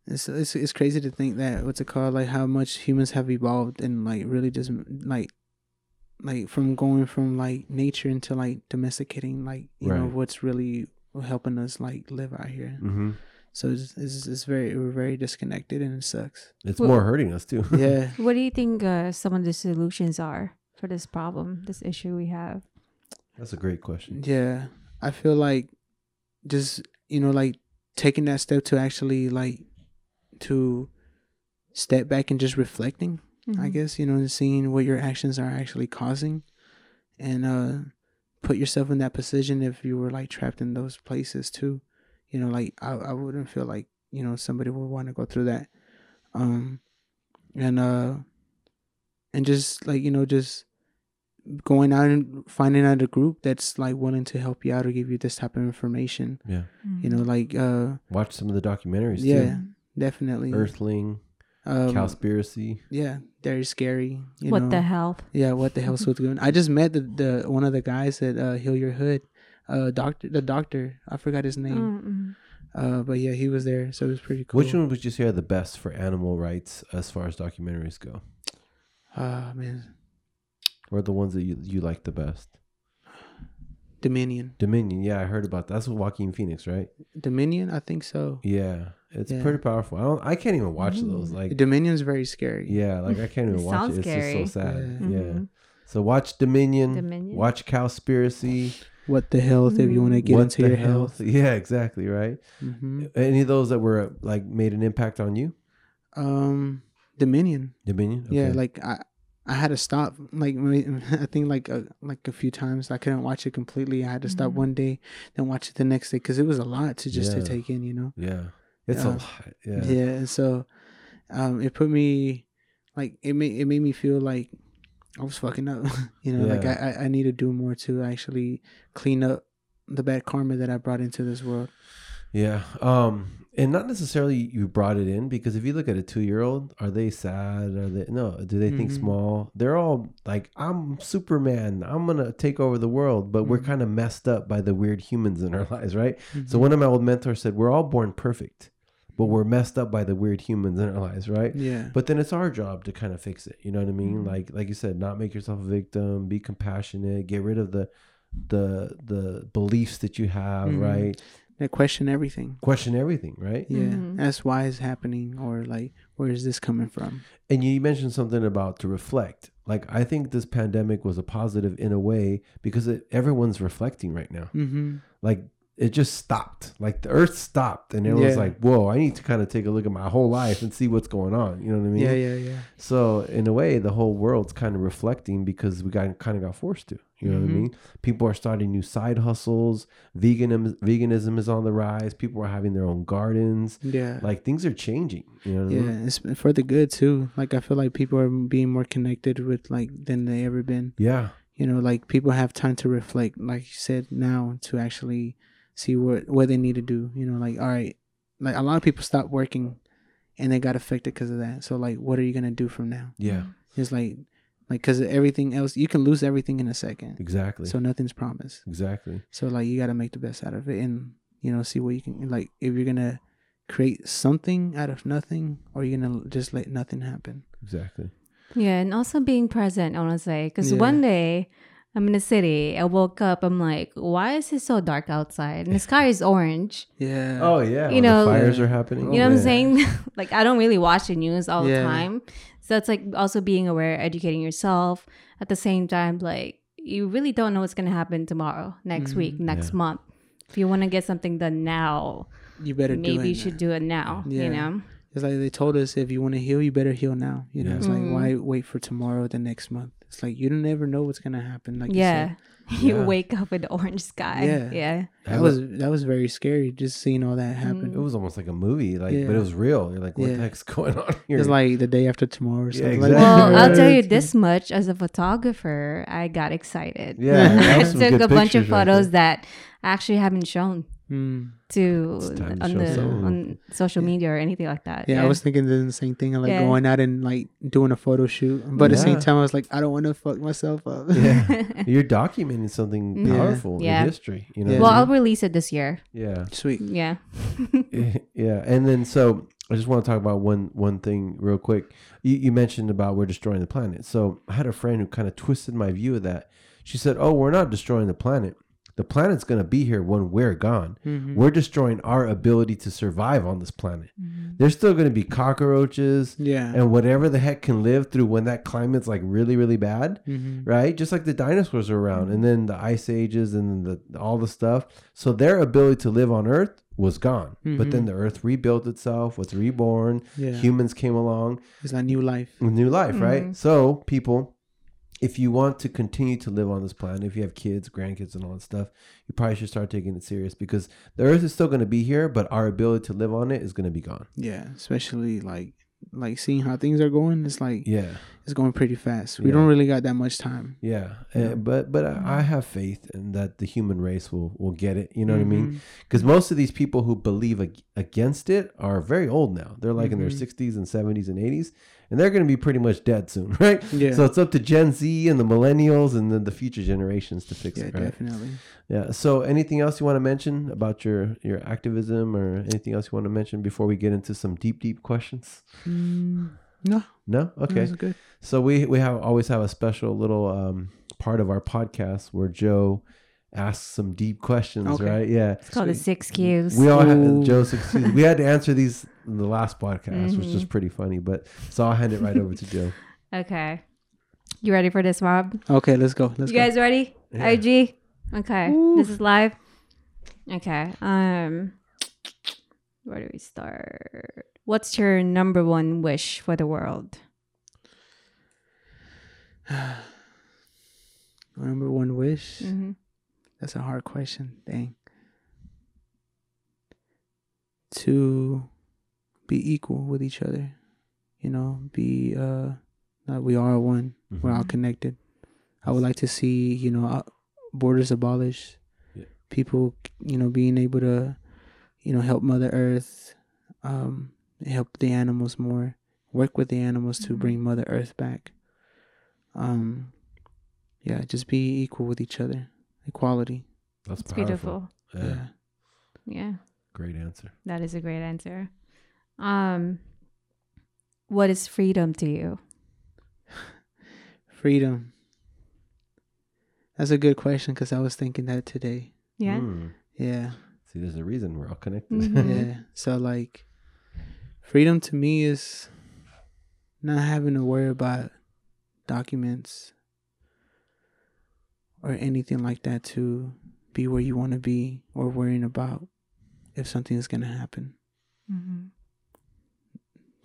S1: it's, it's it's crazy to think that what's it called like how much humans have evolved and like really just like like from going from like nature into like domesticating like you know
S3: Right.
S1: what's really helping us like live out here
S3: Mm-hmm.
S1: so it's, it's, it's very we're very disconnected and it sucks
S3: It's
S2: Well-
S3: more hurting us too.
S1: yeah
S2: What do you think uh, some of the solutions are for this problem, this issue we have?
S3: That's a great question.
S1: yeah i feel like just you know like taking that step to actually like to step back and just reflecting I
S2: Mhm.
S1: guess, you know, and seeing what your actions are actually causing and uh put yourself in that position if you were like trapped in those places too. You know, like I, I wouldn't feel like, you know, somebody would want to go through that. Um and uh and just like you know just going out and finding out a group that's like willing to help you out or give you this type of information
S3: Yeah.
S1: you
S2: Mm-hmm.
S1: know like uh
S3: Watch some of the documentaries
S1: yeah definitely
S3: too. Earthling,
S1: um,
S3: Cowspiracy.
S1: yeah they're scary you
S2: what
S1: know
S2: the hell?
S1: yeah what the hell's with going i just met the, the one of the guys at uh heal your hood uh doctor the doctor i forgot his name
S2: Mm-mm.
S1: uh but yeah he was there so it was pretty cool
S3: Which one would you say are the best for animal rights as far as documentaries go?
S1: uh man
S3: Or the ones that you, you like the best?
S1: dominion
S3: Dominion. Yeah, I heard about that. That's with Joaquin Phoenix, right?
S1: dominion i think so
S3: Yeah. It's
S1: Yeah.
S3: pretty powerful. I don't I can't even watch those.
S2: Mm.
S3: Like
S1: dominion's very scary
S3: Yeah, like I can't
S2: It
S3: even watch
S2: sounds
S3: it. It's
S2: scary.
S3: just so sad.
S1: Yeah.
S3: Yeah.
S2: Mhm.
S3: So watch Dominion.
S2: Dominion.
S3: Watch Cowspiracy.
S1: what the health if you want to get
S3: What
S1: into
S3: the
S1: your
S3: Health.
S1: health,
S3: Yeah, exactly, right?
S1: hmm
S3: Any of those that were like made an impact on you?
S1: um dominion
S3: Dominion?
S1: yeah like i i had to stop like m- i think like a, like a few times i couldn't watch it completely i had to stop
S2: Mhm.
S1: one day then watch it the next day because it was a lot to just to
S3: Yeah.
S1: take in you know
S3: Yeah. It's a
S1: Uh,
S3: lot. Yeah.
S1: yeah, and so um it put me like it made it made me feel like i was fucking up you know like I, I i need to do more to actually clean up the bad karma that i brought into this world
S3: Yeah. Um and not necessarily you brought it in because if you look at a two year old, are they sad? Are they no, do they think
S1: Mhm.
S3: small? They're all like, I'm Superman, I'm gonna take over the world, but we're
S1: Mhm.
S3: kinda messed up by the weird humans in our lives, right? So one of my old mentors said, We're all born perfect, but we're messed up by the weird humans in our lives, right?
S1: yeah
S3: But then it's our job to kind of fix it. You know what I mean?
S2: Mhm.
S3: Like like you said, not make yourself a victim, be compassionate, get rid of the the the beliefs that you have,
S1: Mhm.
S3: right?
S1: that question everything
S3: Question everything, right?
S1: yeah
S2: Mhm.
S1: that's why it's happening or like where is this coming from
S3: And you mentioned something about to reflect. Like I think this pandemic was a positive in a way because it, everyone's reflecting right now.
S1: mm-hmm.
S3: Like it just stopped. Like the earth stopped and everyone's
S1: Yeah.
S3: like, "Whoa, I need to kind of take a look at my whole life and see what's going on." You know what I mean?
S1: yeah yeah yeah
S3: So in a way, the whole world's kind of reflecting because we got kind of got forced to. You know what I
S1: Mhm.
S3: mean? People are starting new side hustles. Veganism veganism is on the rise. People are having their own gardens.
S1: yeah
S3: Like things are changing. You know what I mean?
S1: yeah it's for the good too like i feel like people are being more connected with like than they ever been
S3: Yeah.
S1: you know like people have time to reflect like you said now to actually see what what they need to do you know like all right like a lot of people stopped working and they got affected because of that so like what are you gonna do from now
S3: Yeah.
S1: it's like like because everything else you can lose everything in a second
S3: Exactly.
S1: so nothing's promised
S3: exactly.
S1: so like you gotta make the best out of it and you know see what you can like if you're gonna create something out of nothing or you're gonna just let nothing happen
S3: Exactly.
S2: Yeah, and also being present, honestly. Because
S1: Yeah.
S2: one day I'm in the city, I woke up, I'm like, why is it so dark outside? And the sky is orange.
S1: yeah
S3: Oh yeah.
S2: You
S3: when
S2: know-
S3: the fires are happening. Oh,
S2: You know what I'm
S3: Yeah.
S2: saying? like, I don't really watch the news all the
S1: Yeah.
S2: time. So it's like also being aware, educating yourself. At the same time, like, you really don't know what's going to happen tomorrow, next
S1: Mhm.
S2: week,
S3: Mm,
S2: next
S3: Yeah.
S2: month. If you want to get something done now,
S1: you better do it
S2: maybe you
S1: now.
S2: should do it now, you
S1: Yeah.
S2: know?
S1: It's like they told us if you want to heal, you better heal now. You know,
S3: Yeah.
S1: it's like
S2: Mhm.
S1: why wait for tomorrow, the next month? It's like you never know what's gonna happen. Like
S2: yeah. You
S3: Yeah.
S2: wake up with the orange sky.
S1: Yeah.
S2: Yeah.
S1: you said. that was that was very scary. Just seeing all that happen.
S3: It was almost like a movie, like, but
S1: Yeah.
S3: it was real. You're like, what
S1: Yeah.
S3: the heck's going on here?
S2: Mm.
S1: It's like the day after tomorrow. Or
S3: Yeah,
S1: something
S3: exactly.
S1: like that.
S2: Well, I'll tell you
S1: It's-
S2: this much: as a photographer, I got excited.
S3: yeah, that
S2: I
S3: was some
S2: took
S3: good
S2: a bunch of
S3: pictures right there.
S2: photos that I actually haven't shown
S1: Mm.
S2: to,
S3: It's time to
S2: on
S3: show
S2: the
S1: someone.
S2: on social media or anything like that.
S1: Yeah, I was thinking the same thing. Like
S2: Yeah.
S1: going out and like doing a photo shoot, but at the same
S3: Yeah.
S1: time, I was like, I don't want to fuck myself up.
S3: yeah. You're documenting something
S1: Yeah.
S3: powerful
S2: Mm-hmm. Yeah.
S3: in history. You know,
S1: Yeah.
S2: well,
S3: what I
S2: I'll
S3: mean?
S2: release it this year.
S3: yeah,
S1: Sweet.
S2: Yeah.
S3: yeah. And then so I just want to talk about one one thing real quick. You, you mentioned about we're destroying the planet. So I had a friend who kind of twisted my view of that. She said, "Oh, we're not destroying the planet. The planet's going to be here when we're gone.
S1: Mhm.
S3: We're destroying our ability to survive on this planet. There's still going to be cockroaches."
S1: Mm-hmm. Yeah.
S3: And whatever the heck can live through when that climate's like really, really bad,
S1: Mhm.
S3: right? Just like the dinosaurs are around,
S1: Mm-hmm.
S3: and then the ice ages, and then the all the stuff. So their ability to live on Earth was gone, but then the Earth rebuilt itself, was reborn.
S1: Mm-hmm. Yeah.
S3: Humans came along,
S1: It's like new life.
S3: with new life,
S2: Mhm.
S3: right? So people, if you want to continue to live on this planet, if you have kids, grandkids, and all that stuff, you probably should start taking it serious because the Earth is still going to be here, but our ability to live on it is going to be gone.
S1: Yeah, especially like like seeing how things are going, it's like
S3: yeah,
S1: it's going pretty fast. We
S3: Yeah.
S1: don't really got that much time.
S3: yeah. Uh, but but I, I have faith in that the human race will will get it. You know what I mean?
S1: Mhm.
S3: because most of these people who believe ag- against it are very old now. They're like in their
S1: Mhm.
S3: 60s and 70s and 80s, and they're going to be pretty much dead soon, right?
S1: Yeah.
S3: So it's up to Gen Z and the millennials and then the future generations to fix
S1: Yeah,
S3: it, right?
S1: definitely.
S3: Yeah. So anything else you want to mention about your your activism or anything else you want to mention before we get into some deep deep questions?
S1: Mm, no,
S3: No. Okay.
S2: Mm-hmm.
S1: that's good.
S3: So we we have always have a special little um, part of our podcast where Joe asks some deep questions,
S1: Okay.
S3: right? Yeah.
S2: It's called the
S1: Sweet.
S2: six Qs.
S3: We all had
S1: Ooh.
S3: Joe's excuse. We had to answer these in the last podcast, which is
S2: Mhm.
S3: pretty funny. But so I'll hand it right over to Joe.
S2: okay. You ready for this, Rob?
S1: Okay, let's go. Let's
S2: you guys ready?
S3: Yeah.
S2: IG? Okay.
S1: Woo.
S2: This is live. Okay. Um where do we start? What's your number one wish for the world?
S1: go. Number one wish.
S2: Mm-hmm.
S1: That's a hard question. Dang. To be equal with each other, you know, be uh, that we are one. We're all
S2: Mhm.
S1: connected. I would like to see, you know, uh, borders abolished.
S3: Yeah.
S1: People, you know, being able to, you know, help Mother Earth, um, help the animals more, work with the animals to
S2: Mhm.
S1: bring Mother Earth back. Um, yeah, just be equal with each other. Equality.
S3: That's
S2: It's
S3: powerful.
S2: beautiful.
S3: Yeah,
S1: yeah.
S2: Yeah.
S3: Great answer.
S2: That is a great answer. Um what is freedom to you?
S1: Freedom. That's a good question because I was thinking that today.
S2: Yeah.
S3: Mm.
S1: Yeah.
S3: See, there's a reason we're all connected.
S2: Mhm.
S1: Yeah. So like freedom to me is not having to worry about documents or anything like that to be where you want to be or worrying about if something's going to happen.
S3: Mm.
S2: Mm-hmm.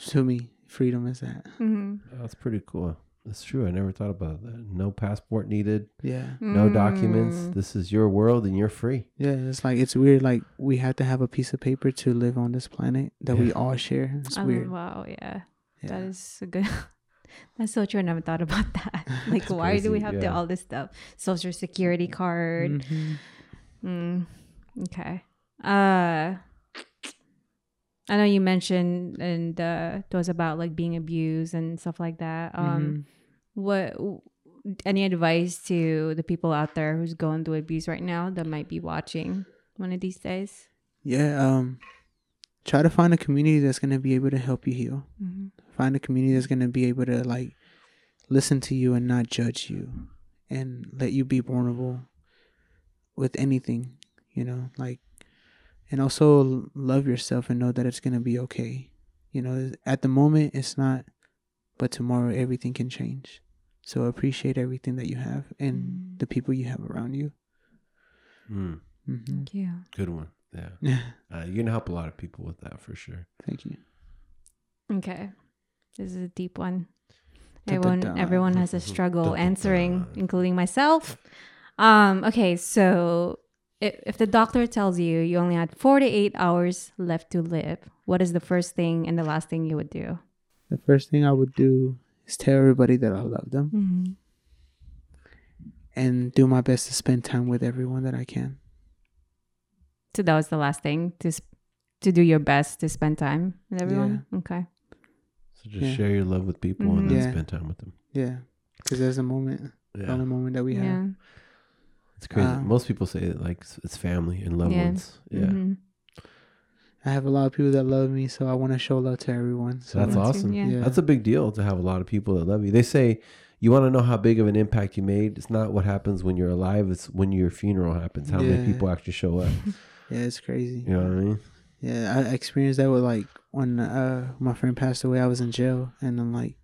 S1: To me, freedom is that.
S2: Mm-hmm.
S3: Oh, That's pretty cool. That's true. I never thought about that. No passport needed.
S1: Yeah.
S3: No
S2: Mm.
S3: documents. This is your world, and you're free.
S1: Yeah, it's like it's weird like we have to have a piece of paper to live on this planet that we
S3: Yeah.
S1: all share. It's
S2: Oh,
S1: weird.
S2: Wow, yeah.
S1: Yeah.
S2: That is a good. That's so true. I never thought about that. Like, why do we
S3: crazy,
S2: have to
S3: yeah.
S2: all this stuff? Social security card.
S1: Mhm.
S2: Mm. Okay. Uh, I know you mentioned and uh, it was about like being abused and stuff like that. Um,
S1: Mhm.
S2: what? w- Any advice to the people out there who's going through abuse right now that might be watching one of these days?
S1: Yeah, um try to find a community that's going to be able to help you heal.
S2: Mm-hmm.
S1: find a community that's going to be able to like listen to you and not judge you and let you be vulnerable with anything you know like and also l- love yourself and know that it's going to be okay you know at the moment it's not but tomorrow everything can change so appreciate everything that you have and
S2: Mm.
S1: the people you have around you
S3: Mm,
S1: mm-hmm.
S2: Thank you.
S3: good one. Yeah, uh, you're gonna help a lot of people with that for sure.
S1: thank you
S2: Okay. This is a deep one.
S1: Dun, dun,
S2: Everyone
S1: dun.
S2: everyone has a
S3: Dun,
S2: struggle
S3: dun,
S2: answering,
S3: dun.
S2: including myself. Um, okay, so if, if the doctor tells you you only had 48 hours left to live, what is the first thing and the last thing you would do?
S1: the first thing i would do is tell everybody that i love them and do my best to spend time with everyone that i can
S2: So that was the last thing to sp- to do your best to spend time with everyone. Okay.
S3: So just
S1: Yeah.
S3: share your love with people
S2: Mhm.
S3: and then
S1: Yeah. Um,
S3: spend time with them.
S1: Yeah, because there's a moment,
S3: Yeah,
S1: only moment that we have.
S2: yeah.
S3: it's crazy.
S1: Um,
S3: Most people say that like s- it's family and loved
S2: Yeah.
S3: ones. Yeah,
S2: Mhm.
S1: I have a lot of people that love me, so I want to show love to everyone. So
S3: that's
S2: Me too,
S3: awesome.
S2: yeah.
S1: Yeah.
S3: That's a big deal to have a lot of people that love you. They say you want to know how big of an impact you made. It's not what happens when you're alive. It's when your funeral happens. How many
S1: Yeah.
S3: people actually show up?
S1: yeah, it's crazy.
S3: You know what I mean?
S1: Yeah, I experienced that with like when uh my friend passed away, I was in jail, and I'm like,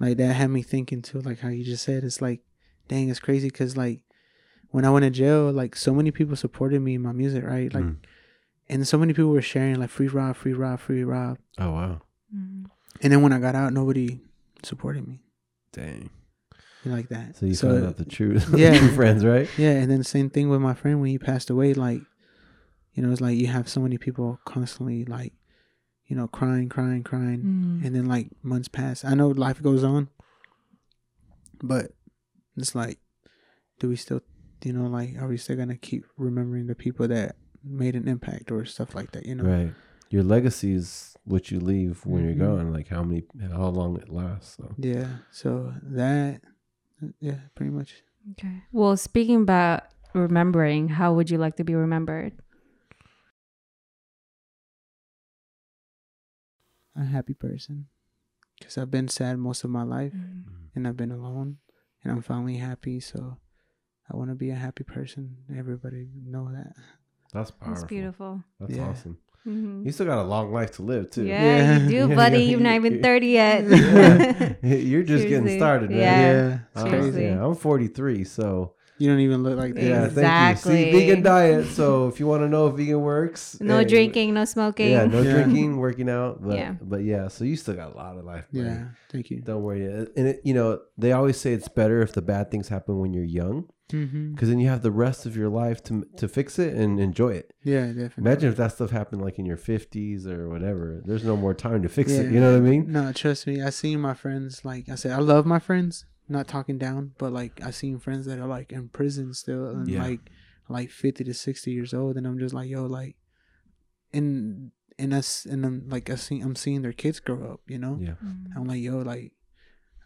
S1: like that had me thinking too, like how you just said, it's like, dang, it's crazy, cause like when I went to jail, like so many people supported me in my music, right? Like,
S3: Mm.
S1: and so many people were sharing like free Rob, free Rob, free Rob,
S3: Oh wow,
S2: Mhm.
S1: and then when I got out, nobody supported me
S3: dang.
S1: like that.
S3: So you found out the truth.
S1: Yeah.
S3: Yeah, true friends, right?
S1: Yeah, and then same thing with my friend when he passed away. Like, you know, it's like you have so many people constantly like you know, crying, crying, crying,
S3: Mm-hmm.
S2: Mm.
S1: and then like months pass. I know life goes on, but it's like, do we still, you know, like, are we still gonna keep remembering the people that made an impact or stuff like that? You know,
S3: Right. Your legacy is what you leave when
S1: Mhm.
S3: you're gone. Like how many, how long it lasts. So.
S1: yeah. So that, yeah, pretty much.
S2: Okay. Well, speaking about remembering, how would you like to be remembered?
S1: A happy person, because I've been sad most of my life.
S3: Mm-hmm.
S1: and I've been alone and I'm finally happy. So I want to be a happy person. Everybody know that.
S3: That's powerful.
S2: That's beautiful.
S3: That's
S1: Yeah.
S3: awesome.
S2: Mhm.
S3: You still got a long life to live too.
S2: Yeah,
S1: Yeah.
S2: you
S3: Yeah,
S2: do, buddy.
S3: yeah,
S2: You're not
S3: yeah.
S2: even 30 yet.
S3: Yeah. You're just
S2: Seriously.
S3: getting started, man.
S2: Yeah.
S1: it's
S3: Uh,
S1: crazy.
S2: Seriously.
S3: yeah, I'm 43, so
S1: You don't even look like that.
S3: yeah, thank
S2: Exactly.
S3: you. See, vegan diet. So if you want to know if vegan works,
S2: no
S3: eh,
S2: drinking, no smoking.
S3: Yeah, no
S1: Yeah.
S3: drinking, working out. But
S2: Yeah.
S3: but yeah, so you still got a lot of life. buddy.
S1: Yeah, thank you.
S3: Don't worry. Uh, And it, you know, they always say it's better if the bad things happen when you're young,
S1: hmm
S3: because then you have the rest of your life to to fix it and enjoy it.
S1: Yeah, definitely.
S3: Imagine if that stuff happened like in your 50s or whatever. There's no more time to fix it.
S1: Yeah.
S3: You know what I mean?
S1: No, trust me. I seen my friends like I said. I love my friends. Not talking down, but like I seen friends that are like in prison still, and
S3: Yeah.
S1: like like fifty to sixty years old, and I'm just like, yo, like, and and us and I'm like I seen I'm seeing their kids grow up, you know.
S3: Yeah.
S2: Mm.
S1: I'm like, yo, like,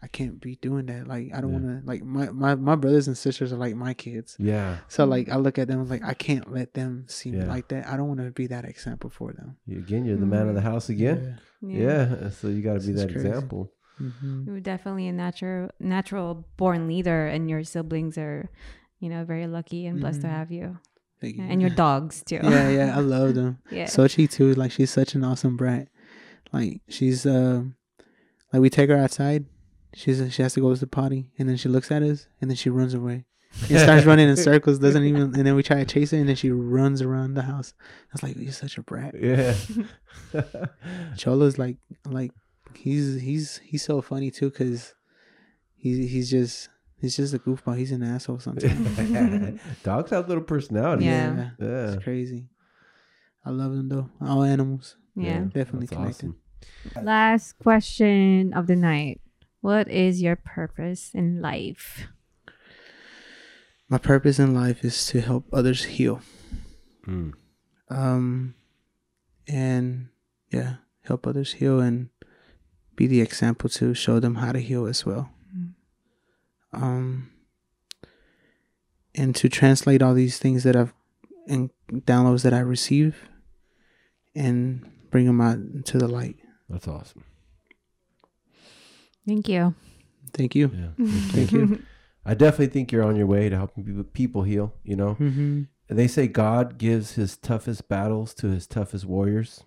S1: I can't be doing that. Like, I don't
S3: Yeah.
S1: want to. Like, my, my my brothers and sisters are like my kids.
S3: Yeah.
S1: So like, I look at them like, I can't let them see me
S3: Yeah.
S1: like that. I don't want to be that example for them.
S3: You- Again, you're the man of the house again. Yeah. So you got to
S1: Mm-hmm. This
S3: be
S1: is
S3: that
S1: crazy.
S3: example.
S1: hmm
S2: You're definitely a natural, natural born leader, and your siblings are, you know, very lucky and blessed
S1: Mhm.
S3: Mm-hmm.
S2: to have you,
S1: Thank you.
S2: and your dogs too.
S1: yeah, yeah,
S3: Uh,
S1: I love them.
S2: yeah.
S1: Sochi too. Like, she's such an awesome brat. Like, she's um, like we take her outside. She's she has to go to the potty, and then she looks at us, and then she runs away. and starts running in circles, doesn't even, and then we try to chase her, and then she runs around the house. I was like, "You're such a brat."
S3: Yeah.
S1: Cholo's like like he's he's he's so funny too because he's he's just he's just a goofball. He's an asshole sometimes.
S3: Dogs have little personalities.
S2: Yeah.
S3: Yeah.
S1: it's crazy. I love them though. All animals
S2: yeah.
S1: definitely
S3: That's
S1: connected.
S3: awesome.
S2: Last question of the night. What is your purpose in life?
S1: My purpose in life is to help others heal.
S3: Mm.
S1: Um, and yeah, help others heal and be the example to show them how to heal as well.
S2: Mhm.
S1: Um, and to translate all these things that I've and downloads that I receive and bring them out into the light.
S3: That's awesome.
S2: Thank you.
S1: Thank you.
S3: Yeah. Thank you. I definitely think you're on your way to helping people- people heal, you know?
S1: Mm-hmm.
S3: They say God gives his toughest battles to his toughest warriors.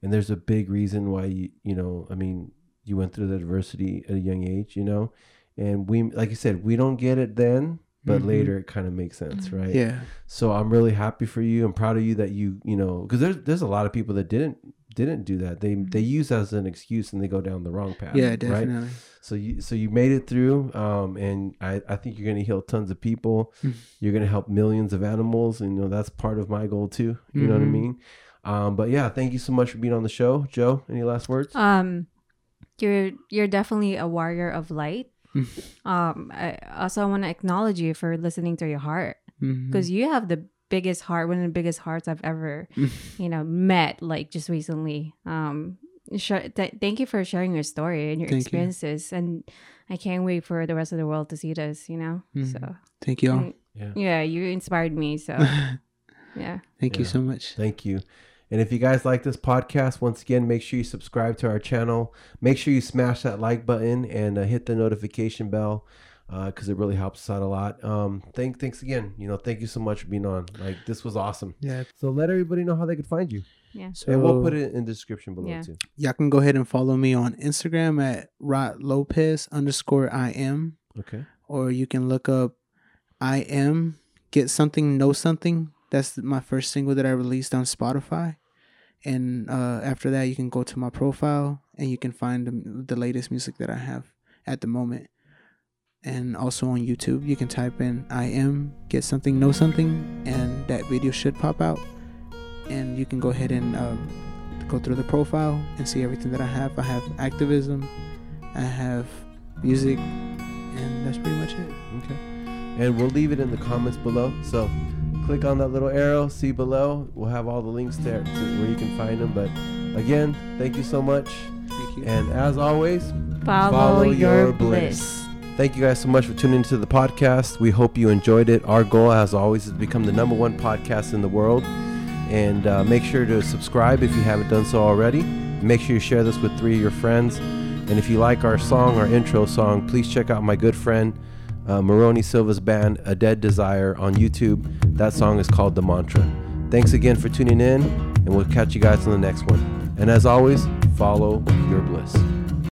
S3: And there's a big reason why you, you know, I mean, you went through the adversity at a young age, you know? And we, like you said, we don't get it then, but
S1: Mhm.
S3: later it kind of makes sense, right?
S1: Mm-hmm. Yeah.
S3: So I'm really happy for you. I'm proud of you that you, you know, because there's there's a lot of people that didn't didn't do that. They they use that as an excuse and they go down the wrong path.
S1: Mm-hmm. Yeah,
S3: Right?
S1: definitely.
S3: So you so you made it through, um, and I, I think you're gonna heal tons of people.
S1: Mm.
S3: You're gonna help millions of animals, and you know that's part of my goal too. You know what I
S1: Mhm.
S3: mean? Um, but yeah, thank you so much for being on the show, Joe. Any last words?
S2: Um, you're you're definitely a warrior of light.
S1: Mm.
S2: um, I also want to acknowledge you for listening to your heart
S1: Mhm.
S2: because you have the biggest heart, one of the biggest hearts I've ever,
S1: Mm.
S2: you know, met. Like just recently. Um, sh- th- thank you for sharing your story and your
S1: Thank you.
S2: experiences, and I can't wait for the rest of the world to see this. You know,
S1: Mhm.
S2: so
S1: Thank you all.
S2: Mm.
S3: Yeah,
S2: yeah, you inspired me. So yeah.
S1: Thank you
S3: Yeah.
S1: so much.
S3: thank you. And if you guys like this podcast, once again, make sure you subscribe to our channel. Make sure you smash that like button and uh, hit the notification bell because it really helps us out a lot. Um, thank thanks again. You know, thank you so much for being on. Like this was awesome.
S1: Yeah.
S3: So let everybody know how they could find you.
S1: So
S3: and we'll put it in the description below
S2: Yeah.
S3: too.
S1: Y'all can go ahead and follow me on Instagram at Rod Lopez underscore I am,
S3: Okay.
S1: or you can look up I am Get Something Know Something. That's my first single that I released on Spotify. And uh, after that, you can go to my profile and you can find the, the latest music that I have at the moment. And also on YouTube, you can type in I am Get Something Know Something, and that video should pop out. And you can go ahead and uh, go through the profile and see everything that I have. I have activism, I have music, and that's pretty much it.
S3: Okay. And we'll leave it in the comments below. So click on that little arrow, see below. We'll have all the links there to where you can find them. But again, thank you so much.
S1: Thank you.
S3: And as always,
S2: Follow, your, bliss.
S3: Thank you guys so much for tuning into the podcast. We hope you enjoyed it. Our goal, as always, is to become the number one podcast in the world. And uh, make sure to subscribe if you haven't done so already. Make sure you share this with three of your friends. And if you like our song, our intro song, please check out my good friend uh, Maroni Silva's band, A Dead Desire, on YouTube. That song is called The Mantra. Thanks again for tuning in, and we'll catch you guys on the next one. And as always, follow your bliss.